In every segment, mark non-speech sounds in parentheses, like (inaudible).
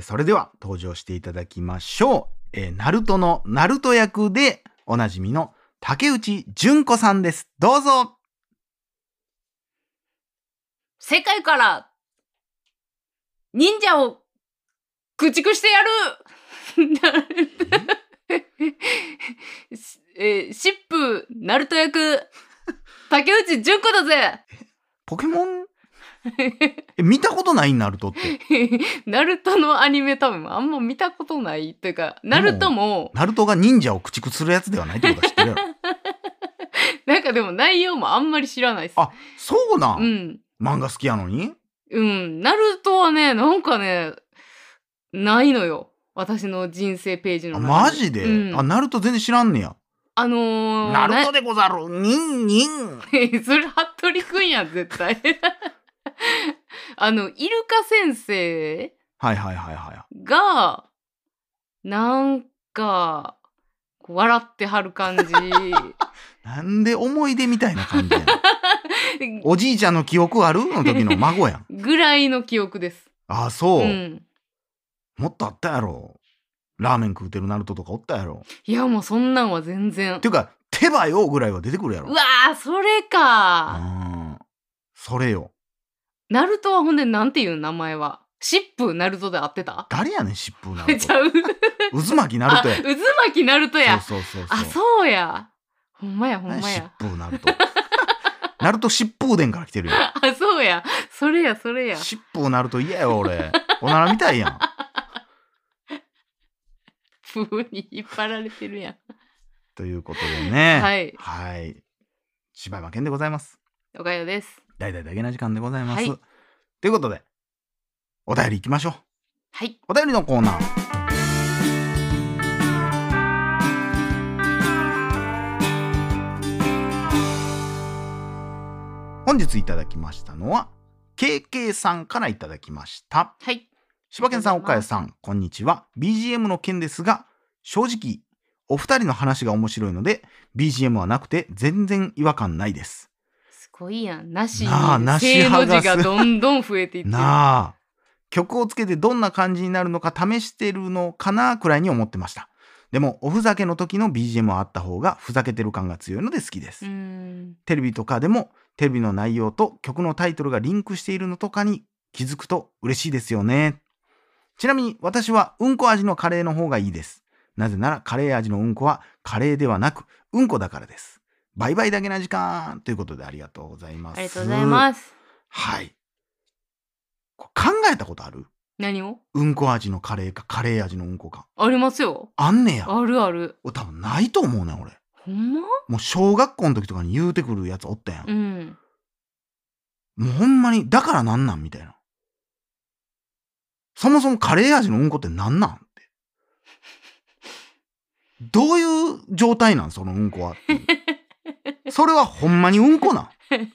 それでは登場していただきましょう。えーナルトのナルト役でおなじみの竹内純子さんです。どうぞ世界から忍者を駆逐してやるし (laughs) えー、シップナルト役竹内純子だぜポケモ (laughs) ンえ見たことないナルトって。ナルトのアニメ多分あんま見たことないというかナルトもナルトが忍者を駆逐するやつではないってことは知ってる (laughs) やろ。なんかでも内容もあんまり知らないですあそうな、うんん漫画好きやのにうんナルトはねなんかねないのよ私の人生ページあの中にマジで、うんあ、ナルト全然知らんねや。あのー、ナルなトでござる。ニンニン。 (laughs) それ服部くんやん絶対 (laughs) あのイルカ先生はいはいはいはがなんかこう笑ってはる (laughs) 感じい。なんで思い出みたいな感 (laughs) じやん。おじいちゃんの記憶あるの時の孫やん。ぐらいの記憶です。あそうう、ん、もっとあったやろ。ラーメン食うてるナルトとかおったやろ。いやもうそんなんは全然て。いうか、手羽よぐらいは出てくるやろ。うわーそれか。うん。それよ。ナルトはほんでなんていう名前はシップナルトで合ってた誰やねん、疾風ナル (laughs) ちト。ゃう渦巻きナルあトや。 (laughs) 渦巻きナルトや。そうそうそうそう。あそうや。ほんまやほん何ま疾や。風ナルト。 (laughs) ナルト疾風伝から来てるよ。 (laughs) あそうや。それやそれや。疾風ナルト嫌よ、俺。おならみたいや (laughs) ん。風に引っ張られてるやん。ということでね。はいはい。柴山健でございます。おかよです。大々だけな時間でございます。はいということで、お便り行きましょう。はい。お便りのコーナー。本日いただきましたのは、KK さんからいただきました。はい。柴犬さん、ありが岡谷とうございますさん、こんにちは。BGM の件ですが、正直、お二人の話が面白いので、BGM はなくて全然違和感ないです。すごいやん。なしになあなし正の派が字がすどんどん増えていってる。なあ曲をつけてどんな感じになるのか試してるのかなくらいに思ってましたでもおふざけの時の BGM はあった方がふざけてる感が強いので好きです、うーん。テレビとかでもテレビの内容と曲のタイトルがリンクしているのとかに気づくと嬉しいですよねちなみに私はうんこ味のカレーの方がいいですなぜならカレー味のうんこはカレーではなくうんこだからですバイバイだけな時間ということでありがとうございますありがとうございます。はい。これ考えたことある何をうんこ味のカレーかカレー味のうんこか。ありますよ。あんねや。あるある。俺多分ないと思うねん俺。ほんまもう小学校の時とかに言うてくるやつおったやん。うん。 (laughs) もうほんまに、だからなんなんみたいな。そもそもカレー味のうんこってなんなんって。どういう状態なんそのうんこはって (laughs) いう。それはほんまにうんこなん。だか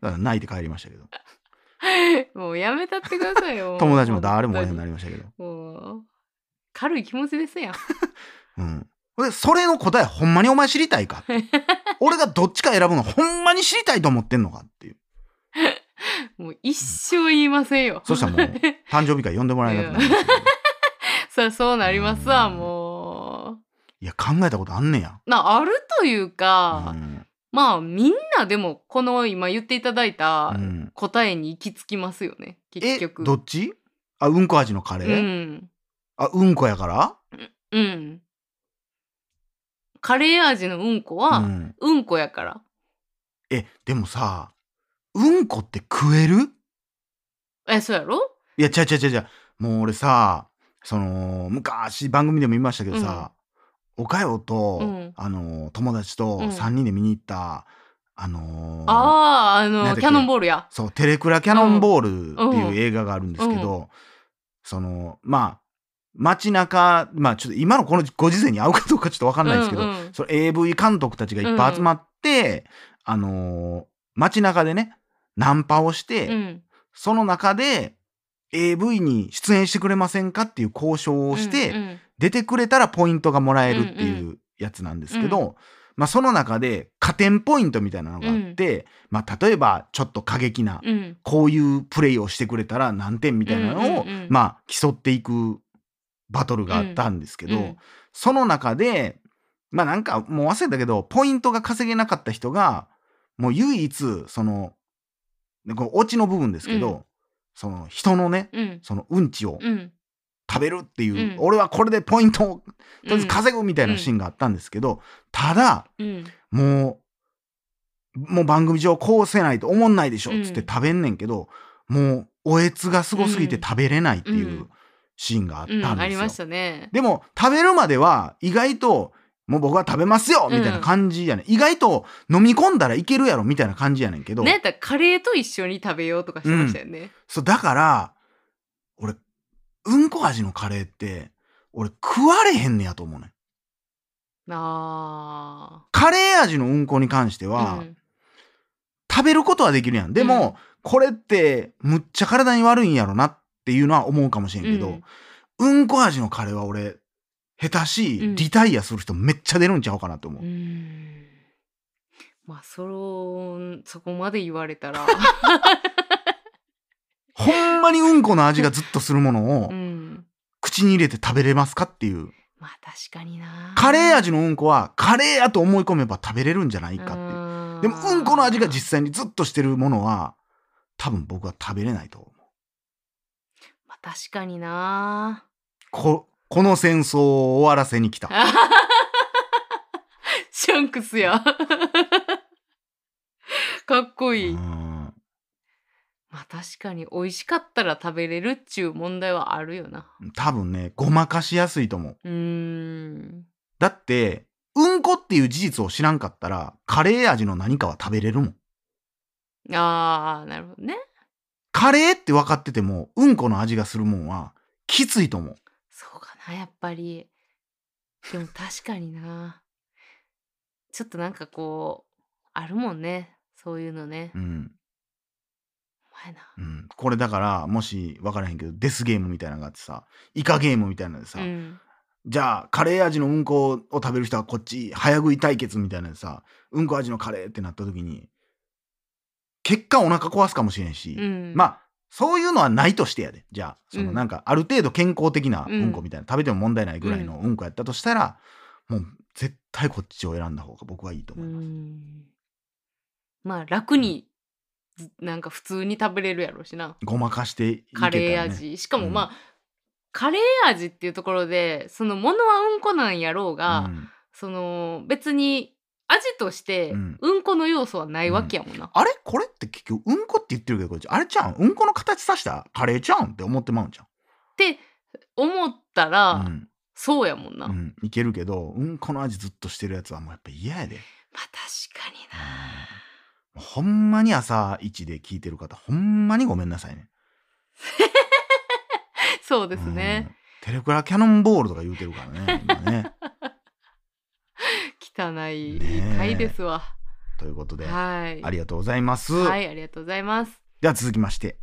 ら泣いて帰りましたけど。もうやめたってくださいよ。 (laughs) 友達も誰もおらへんようになり。りましたけど。もう、軽い気持ちですやん。うん。で、それの答え、ほんまにお前知りたい (laughs) か俺がどっちか選ぶの、ほんまに知りたいと思ってんのかっていう。もう一生言いませんよ。そした (laughs) らもう誕生日会呼んでもらえなくなりましたけど。そりゃそうなりますわ、もいや、考えたことあんねや。う。な、あるというかう、ん。まあみんなでもこの今言っていただいたうん答えに行き着きますよね結え、局。どっちあ、うんこ味のカレうー、ん、あ、うんこやからうん、カレー味のうんこうはん。うんこやから。え、でもさ、うんこって食えるえそうやろいや、ちゃうちゃうちゃうちゃう。もう俺さ、その、昔番組でも言いましたけどさ、おかよと、うんあの、友達とうん3人で見に行った、あのーああなあんだっのけキャノンボールや。そう、テレクラキャノンボールってういんう映画があるんですけど、その、まあ、街中、まあちょっと今のこのご時世に合うかどうかちょっとわかんないですけど、うんうんその AV 監督たちがいっぱい集まって、あのー街中でね、ナンパをして、うんその中で AV に出演してくれませんかっていう交渉をして、うんうん出てくれたらポイントがもらえるってうんいうやつなんですけど、まあ、その中で加点ポイントみたいなのがあって、まあ、例えばちょっと過激なうんこういうプレイをしてくれたら何点みたいなのを、うんうんうんまあ、競っていくバトルがあったんですけど、うんその中でまあなんかもう忘れたけどポイントが稼げなかった人がもう唯一そのこのオチの部分ですけど、うその人のねうんそのうんちをうん食べるっていう、うん俺はこれでポイントをとりあえずうん稼ぐみたいなシーンがあったんですけど、ただうんもう、もう番組上こうせないと思んないでしょうんっつって食べんねんけど、もうおえつがすごすぎて食べれないっていううんシーンがあったうんですよ。んありましたねでも食べるまでは意外ともう僕は食べますよみたいな感じやねん、意外と飲み込んだらいけるやろみたいな感じやねんけど、なんやったらカレーと一緒に食べようとかしてましたよねそうだから俺うんこ味のカレーって俺食われへんねやと思うねんあカレー味のうんこに関してーは、うん食べることはできるやん。でも、うんこれってむっちゃ体に悪いんやろなっていうのは思うかもしれんけど、うん、こ味のカレーは俺、下手しうんい、リタイアする人めっちゃ出るんちゃうかなと思う。うーんまあそのそこまで言わ (laughs) れたら、ほんまにうんこの味がずっとするものをうん、口に入れて食べれますかっていう。まあ確かになカレー味のうんこはカレーやと思い込めば食べれるんじゃないかっていう。かでも、うんこの味が実際にずっとしてるものは、多分僕は食べれないと思う。まあ確かになこ、この戦争を終わらせに来た。シャンクスや (laughs) かっこいい、うんまあ確かに美味しかったら食べれるっちゅう問題はあるよな多分ね、ごまかしやすいと思う。うーんだって、うんこっていう事実を知らんかったら、カレー味の何かは食べれるもん。あーなるほどねカレーって分かってても、うんこの味がするもんは、きついと思う。そうかなやっぱりでも確かになちょっとなんかこうあるもんねそういうのねうん。お前なうん。これだから、もし分からへんけど、デスゲームみたいなのがあってさ、イカゲームみたいなのでさ、うんじゃあ、カレー味のうんこを食べる人はこっち、早食い対決みたいなのでさ、うんこ味のカレーってなった時に、結果お腹壊すかもしれんし、うんまあそういうのはないとしてやでじゃあそのうんなんかある程度健康的なうんうんこみたいな、食べても問題ないぐらいのうんこやったとしたら、もう絶対こっちを選んだ方が僕はいいとう思います、んまあ楽に、ずなんか普通に食べれるやろうしなごまかしていけたカら、ね、レー味、しかもうんまあ、カレー味っていうところでそのものはうんこなんやろうが、うんその別に味としてうんうんこの要素はないわけやもんな、あれこれって結局うんこって言ってるけどこれあれちゃうんうんこの形さしたカレーちゃうんって思ってまうんじって思ったゃら、ん、うんそうやもんな、うまあん、いけるけどうんこの味ずっとしてるやつはもうやっぱ嫌やで確かになほんまに朝一で聞いてる方ほんまにごめんなさいね (laughs) そうですね、うん。テレクラキャノンボールとか言うてるから (laughs) ね。今ね汚いねえ回ですわということで、はいありがとうございます。はいありがとうございますでは続きまして、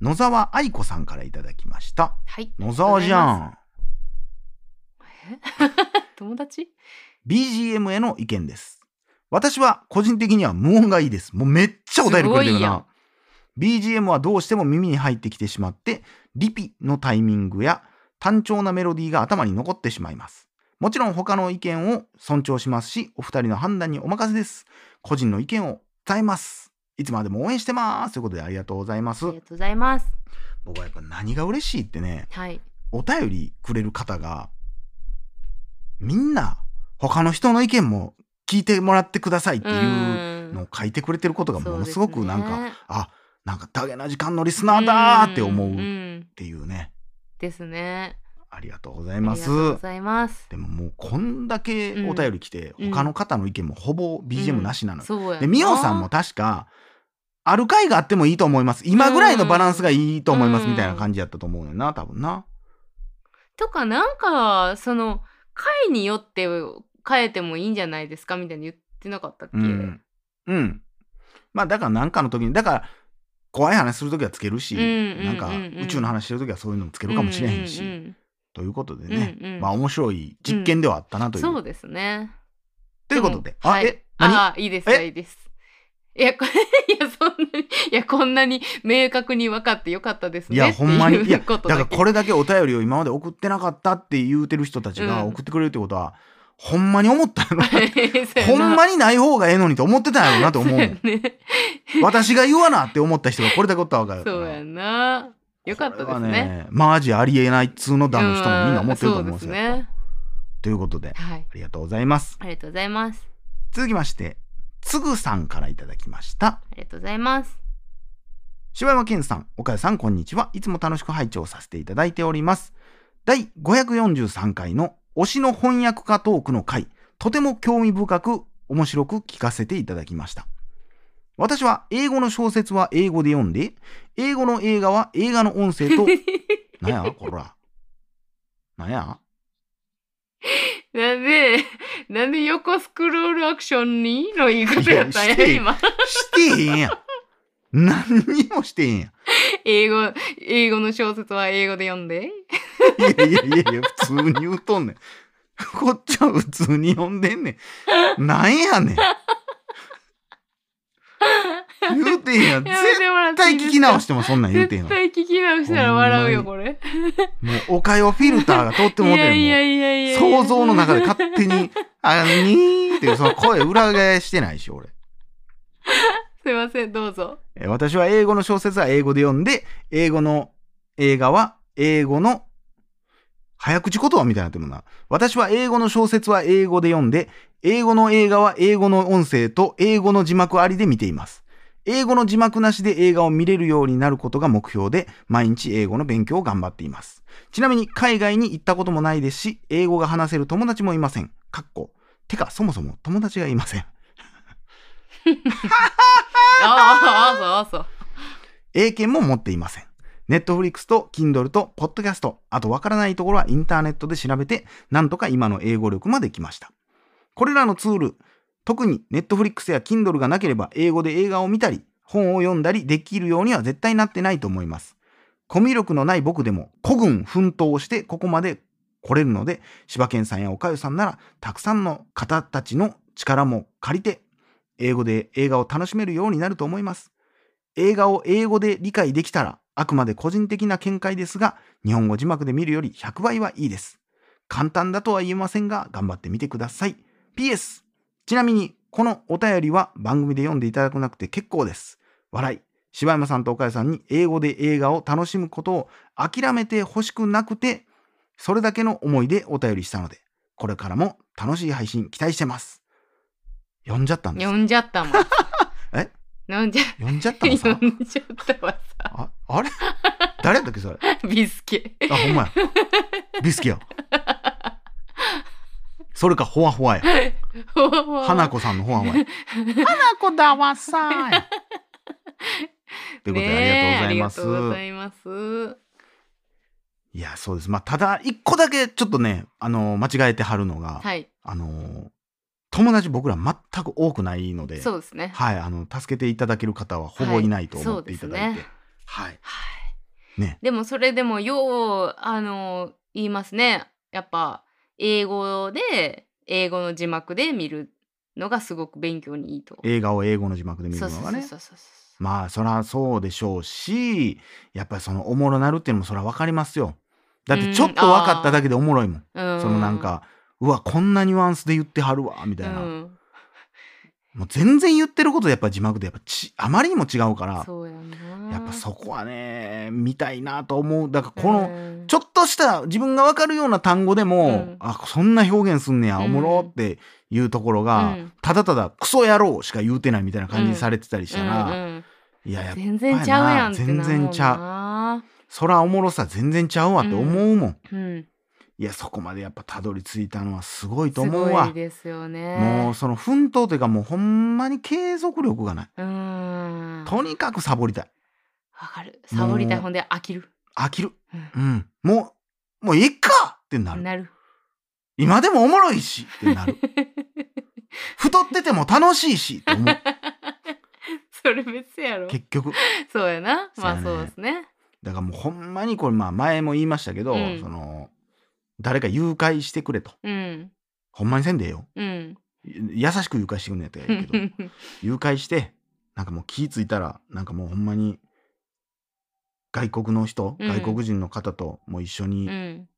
野沢愛子さんからいただきました。はい野沢じゃん。友達 BGM への意見です。私は個人的には無音がいいです。もうめっちゃお便りくれてるすごいや。なん BGM はどうしても耳に入ってきてしまって、リピのタイミングや単調なメロディーが頭に残ってしまいます。もちろん他の意見を尊重しますし、お二人の判断にお任せです。個人の意見を伝えます。いつまでも応援してます。ということでありがとうございますありが。とうございます僕はやっぱ何が嬉しいってね、はいお便りくれる方が、みんな他の人の意見も聞いてもらってくださいっていうーんのを書いてくれてることがものすごくなんそか、うですねあ、なんかダゲな時間のリスナーだーって思ううんうっんていうね、ですね。ありがとうございありまがすと。うございます。でももうこんだけお便り来て、うん他の方の意見もほぼ BGM なしなのよ。そうやな。で、ミオさんも確か、ある回があってもいいと思います。今ぐらいのバランスがいいと思いまうすんみたいな感じやったと思うよな、多分な。とかなんかその回によって変えてもいいんじゃないですかみたいに言ってなかったっけ？うん。うん。まあだから何かの時にだから怖い話する時はつけるし、うんうんうんうんなんか宇宙の話してる時はそういうのもつけうるかもしれへんし、んうんということでね、うんうんまあ面白い実験ではあったなという、そうですね。ということで。もはい、え、何あーいいですよえいいですいやこ (laughs) れいやそんなにいやこんなに明確に分かってよかったですねいや、ほんまっに。てい (laughs) や、うだことからだけこれだけお便りを今まで送ってなかったって言うてる人たちがうん送ってくれるってことは、ほんまに思ったんやろな (laughs) そうやほなんまにない方がええのにと思ってたんやろうなと思うもん。そうやね私が言わなって思った人がこれだけおったわけやからそうやなよかったですこねれはマジありえないっつうのだの人もみんな思ってると思うんですよ。うそうですねということで、はいありがとうございます。ありがとうございます続きまして、つぐさんからいただきました。ありがとうございます柴山健さん、岡谷さん、こんにちは。いつも楽しく拝聴させていただいております。第543回の推しの翻訳家トークの回、とても興味深く面白く聞かせていただきました。私は英語の小説は英語で読んで、英語の映画は映画の音声 (laughs) と、なんやこら。なんやなんでなんで横スクロールアクションにの言い方やったんいやしやて今してへんやん。何にもしてへんやん。英語英語の小説は英語で読んでいやいやいやいや、普通に言うとんねん。こっちは普通に読んでんねん。なんやねん。言うてへんやん。やめ絶てもらって対いいですか聞き直してもそんなん言うてへん絶わ。対聞き直したら笑うよほこれもう、おかよフィルターが通っていもうてやいやるいやいやもう想像の中で勝手に、あにーっていう、その声裏返してないし、俺。すいませんどうぞえー私は英語の小説は英語で読んで、英語の映画は英語の早口言葉みたいになってるな。私は英語の小説は英語で読んで、英語の映画は英語の音声と英語の字幕ありで見ています。英語の字幕なしで映画を見れるようになることが目標で、毎日英語の勉強を頑張っています。ちなみに海外に行ったこともないですし、英語が話せる友達もいません。かっこ。てか、そもそも友達がいません。ああそうそう英検も持っていません。ネットフリックスと Kindle と Podcast、あとわからないところはインターネットで調べて、なんとか今の英語力まで来ました。これらのツール、特にネットフリックスや Kindle がなければ英語で映画を見たり、本を読んだりできるようには絶対なってないと思います。コミュ力のない僕でも古軍奮闘してここまで来れるので、柴犬さんやおかゆさんなら、たくさんの方たちの力も借りて、英語で映画を楽しめるようになると思います。映画を英語で理解できたら、あくまで個人的な見解ですが、日本語字幕で見るより100倍はいいです。簡単だとは言えませんが、頑張ってみてください。PS、ちなみに、このお便りは番組で読んでいただかなくて結構です。笑い。柴山さんと岡谷さんに英語で映画を楽しむことを諦めてほしくなくて、それだけの思いでお便りしたので、これからも楽しい配信期待してます。読んじゃったんです。読んじゃったもんえ飲んじゃ読んじゃったの (laughs) 読さ。んじゃったわさああれ誰やったっけそれビスケあほんまやビスケやそれかほわほわや花花子さんのほわほわや花子だわさーいということでありがとうございます,、いますいやそうですまあただ一個だけちょっとねあのー間違えてはるのが、はいあのー友達僕ら全く多くないのでそうですねはいあの助けていただける方はほぼいないと思っていただいて、ははいいそうですねはいねでもそれでもようあの言いますねやっぱ英語で英語の字幕で見るのがすごく勉強にいいと映画を英語の字幕で見るそうのそうがそうねそうそうそまあそらそうでしょうしやっぱりそのおもろなるっていうのもそら分かりますよだってちょっと分かっただけでおもろいもん、ううそのなんかうわこんなニュアンスで言ってはるわみたいな、うんもう全然言ってることやっぱ字幕でやっぱちあまりにも違うからそうやなやっぱそこはね見たいなと思うだからうんこの、ちょっとした自分が分かるような単語でも、うんあそんな表現すんねやおもろっていうところが、うんただただクソ野郎しか言うてないみたいな感じにされてたりしたら、うんうんいややっぱ全然ちゃうやんってな全然ちゃうゃそらおもろさ全然ちゃうわって思うもん、う、うん、いやそこまでやっぱたどり着いたのはすごいとす思うごいわですよねもうその奮闘というかもうほんまに継続力がないうんとにかくサボりたいわかるサボりたいもうほんで飽きる飽きるううんもうもういいかってなるなる今でもおもろいしってな (laughs) る太ってても楽しいしって思 (laughs) うそれ別やろ結局そうやなまあそそううやねですねだからもうほんまにこれまあ前も言いましたけど、うんその誰か誘拐してくれとうんほんまにせんでええようん優しく誘拐してくんのやったらいいけど誘拐してなんかもう気ぃついたらなんかもうほんまに外国の人、うん外国人の方ともう一緒に、 (laughs) うん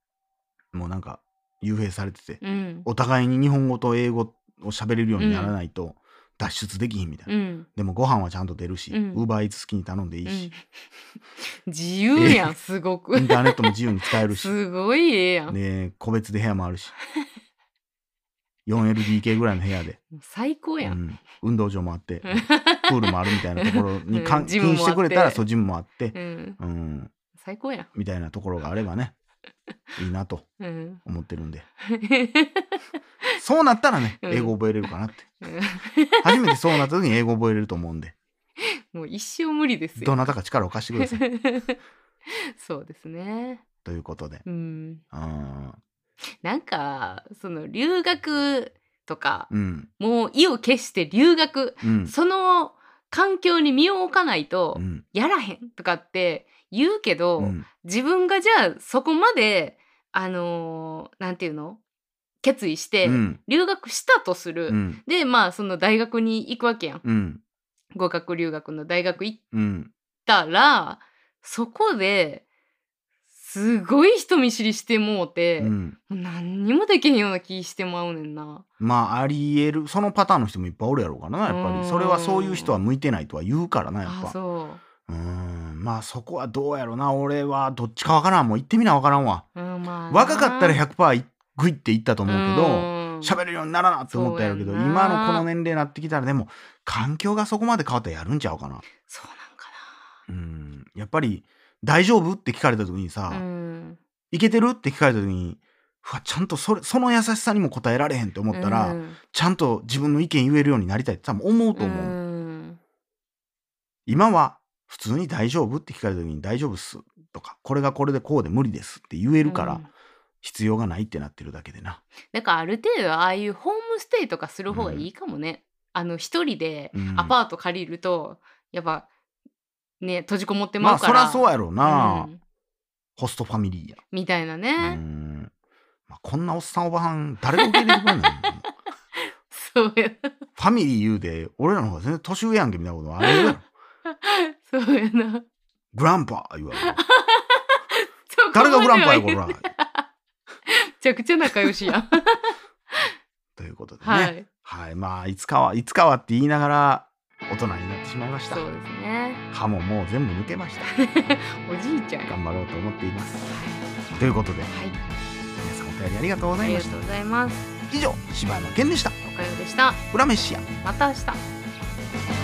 もうなんか幽閉されてて、うんお互いに日本語と英語を喋れるようにならないと脱出できひんみたいな、うんでもご飯はちゃんと出るし、ウうんーバーイーツ好きに頼んでいいし、 (laughs) 自由やんすごくインターネットも自由に使えるし (laughs) すごいええやんで個別で部屋もあるし 4LDK ぐらいの部屋 (laughs) で、もう最高うやん、ん、運動場もあってプールもあるみたいなところに (laughs) う監んジ禁ムもあってしてくれたらそうジムもあって (laughs) う、ん、うん、最高やみたいなところがあれば (laughs) ねいいなとん、うん、思ってる (laughs) んでそうなったらねうん英語覚えれるかなって、初めてそうなった時に英語覚えれると思うん (laughs) でもう一生無理ですどよなたか力を貸してくだ (laughs) さいそうですねということでうんうんなんかその留学とかうんもう意を決して留学うんその環境に身を置かないとうんやらへんとかって言うけど、うん自分がじゃあそこまであのーなんていうの決意してうん留学したとする、うんでまあその大学に行くわけやんうん語学留学の大学行っうんたらそこですごい人見知りしてもうて、うもんう何にもできへんような気してまうねんな。まあありえるそのパターンの人もいっぱいおるやろうからなやっぱうんりそれはそういう人は向いてないとは言うからなやっあぱそううんまあそこはどうやろな俺はどっちかわからんもう行ってみなわからんわうんまあな、若かったら100%グイって行ったと思うけどうん喋るようにならなって思ったやろうけどそうやんな今のこの年齢になってきたらでも環境がそこまで変わったらやるんちゃうかなそうなんかうんやっぱり「大丈夫?」って聞かれた時にな。うさん「いけてる?」って聞かれた時にうわちゃんとそれその優しさにも応えられへんって思ったら、うんちゃんと自分の意見言えるようになりたいって多分思うと思う、うん今は普通に「大丈夫?」って聞かれた時に「大丈夫っす」とか「これがこれでこうで無理です」って言えるから、うん必要がないってなってるだけでなだからある程度ああいうホームステイとかする方がいいかもね、あの一人でうんアパート借りるとやっぱね閉じこもってままあうかそら、りゃそうやろうな、うんホストファミリーやみたいなね、うーんまあ、こんなおっさんおばはん誰が受け入れてくれんのそうや (laughs) ファミリー言うで俺らの方が全然年上やんけみたいなことあ (laughs) れやろなそうやなグランパ言われるそこま誰がではグランパやこ言うらめちゃくちゃ仲良 (laughs) しやんということでねは、はいい、まあいつかはいつかはって言いながら大人になってしまいましたそうですね歯ももう全部抜けました (laughs) おじいちゃん頑張ろうと思っていますということではい皆さんお便りありがとうごあざいりまがしとたうございます以上柴山健でしたおかよでした裏飯やまた明日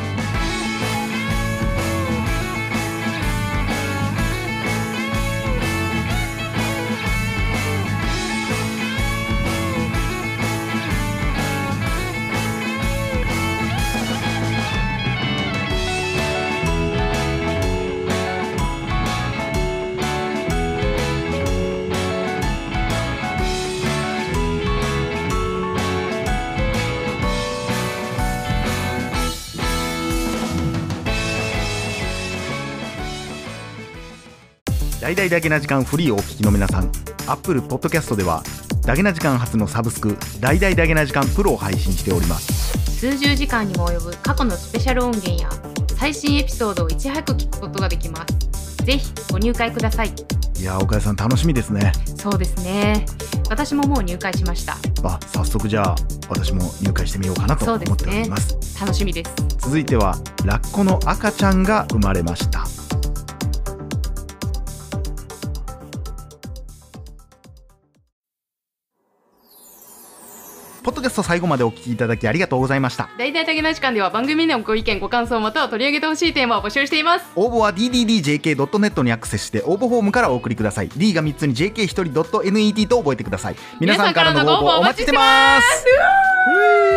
大々だけな時間フリーをお聞きの皆さん Apple Podcast ではだけな時間初のサブスク「大々だけな時間プロを配信しております数十時間にも及ぶ過去のスペシャル音源や最新エピソードをいち早く聞くことができます。ぜひご入会ください。いやー岡谷さん楽しみですねそうですね。私ももう入会しました。あ早速じゃあ私も入会してみようかなとそ思うっでてすねおります楽しみです。続いてはラッコの赤ちゃんが生まれましたポッドキャスト最後までお聞きいただきありがとうございました大々的な時間では番組のご意見、ご感想または取り上げてほしいテーマを募集しています。応募は dddjk.net にアクセスして応募フォームからお送りください D が3つに jk1 人 .net と覚えてください皆さんからのご応募お待ちしてます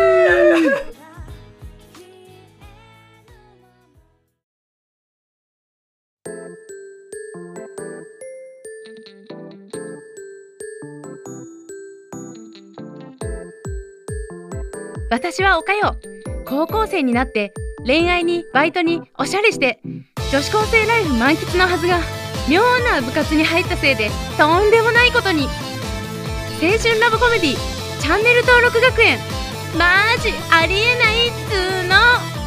私はおかよ高校生になって恋愛にバイトにおしゃれして女子高生ライフ満喫のはずが妙な部活に入ったせいでとんでもないことに青春ラブコメディチャンネル登録学園マジありえないっつーの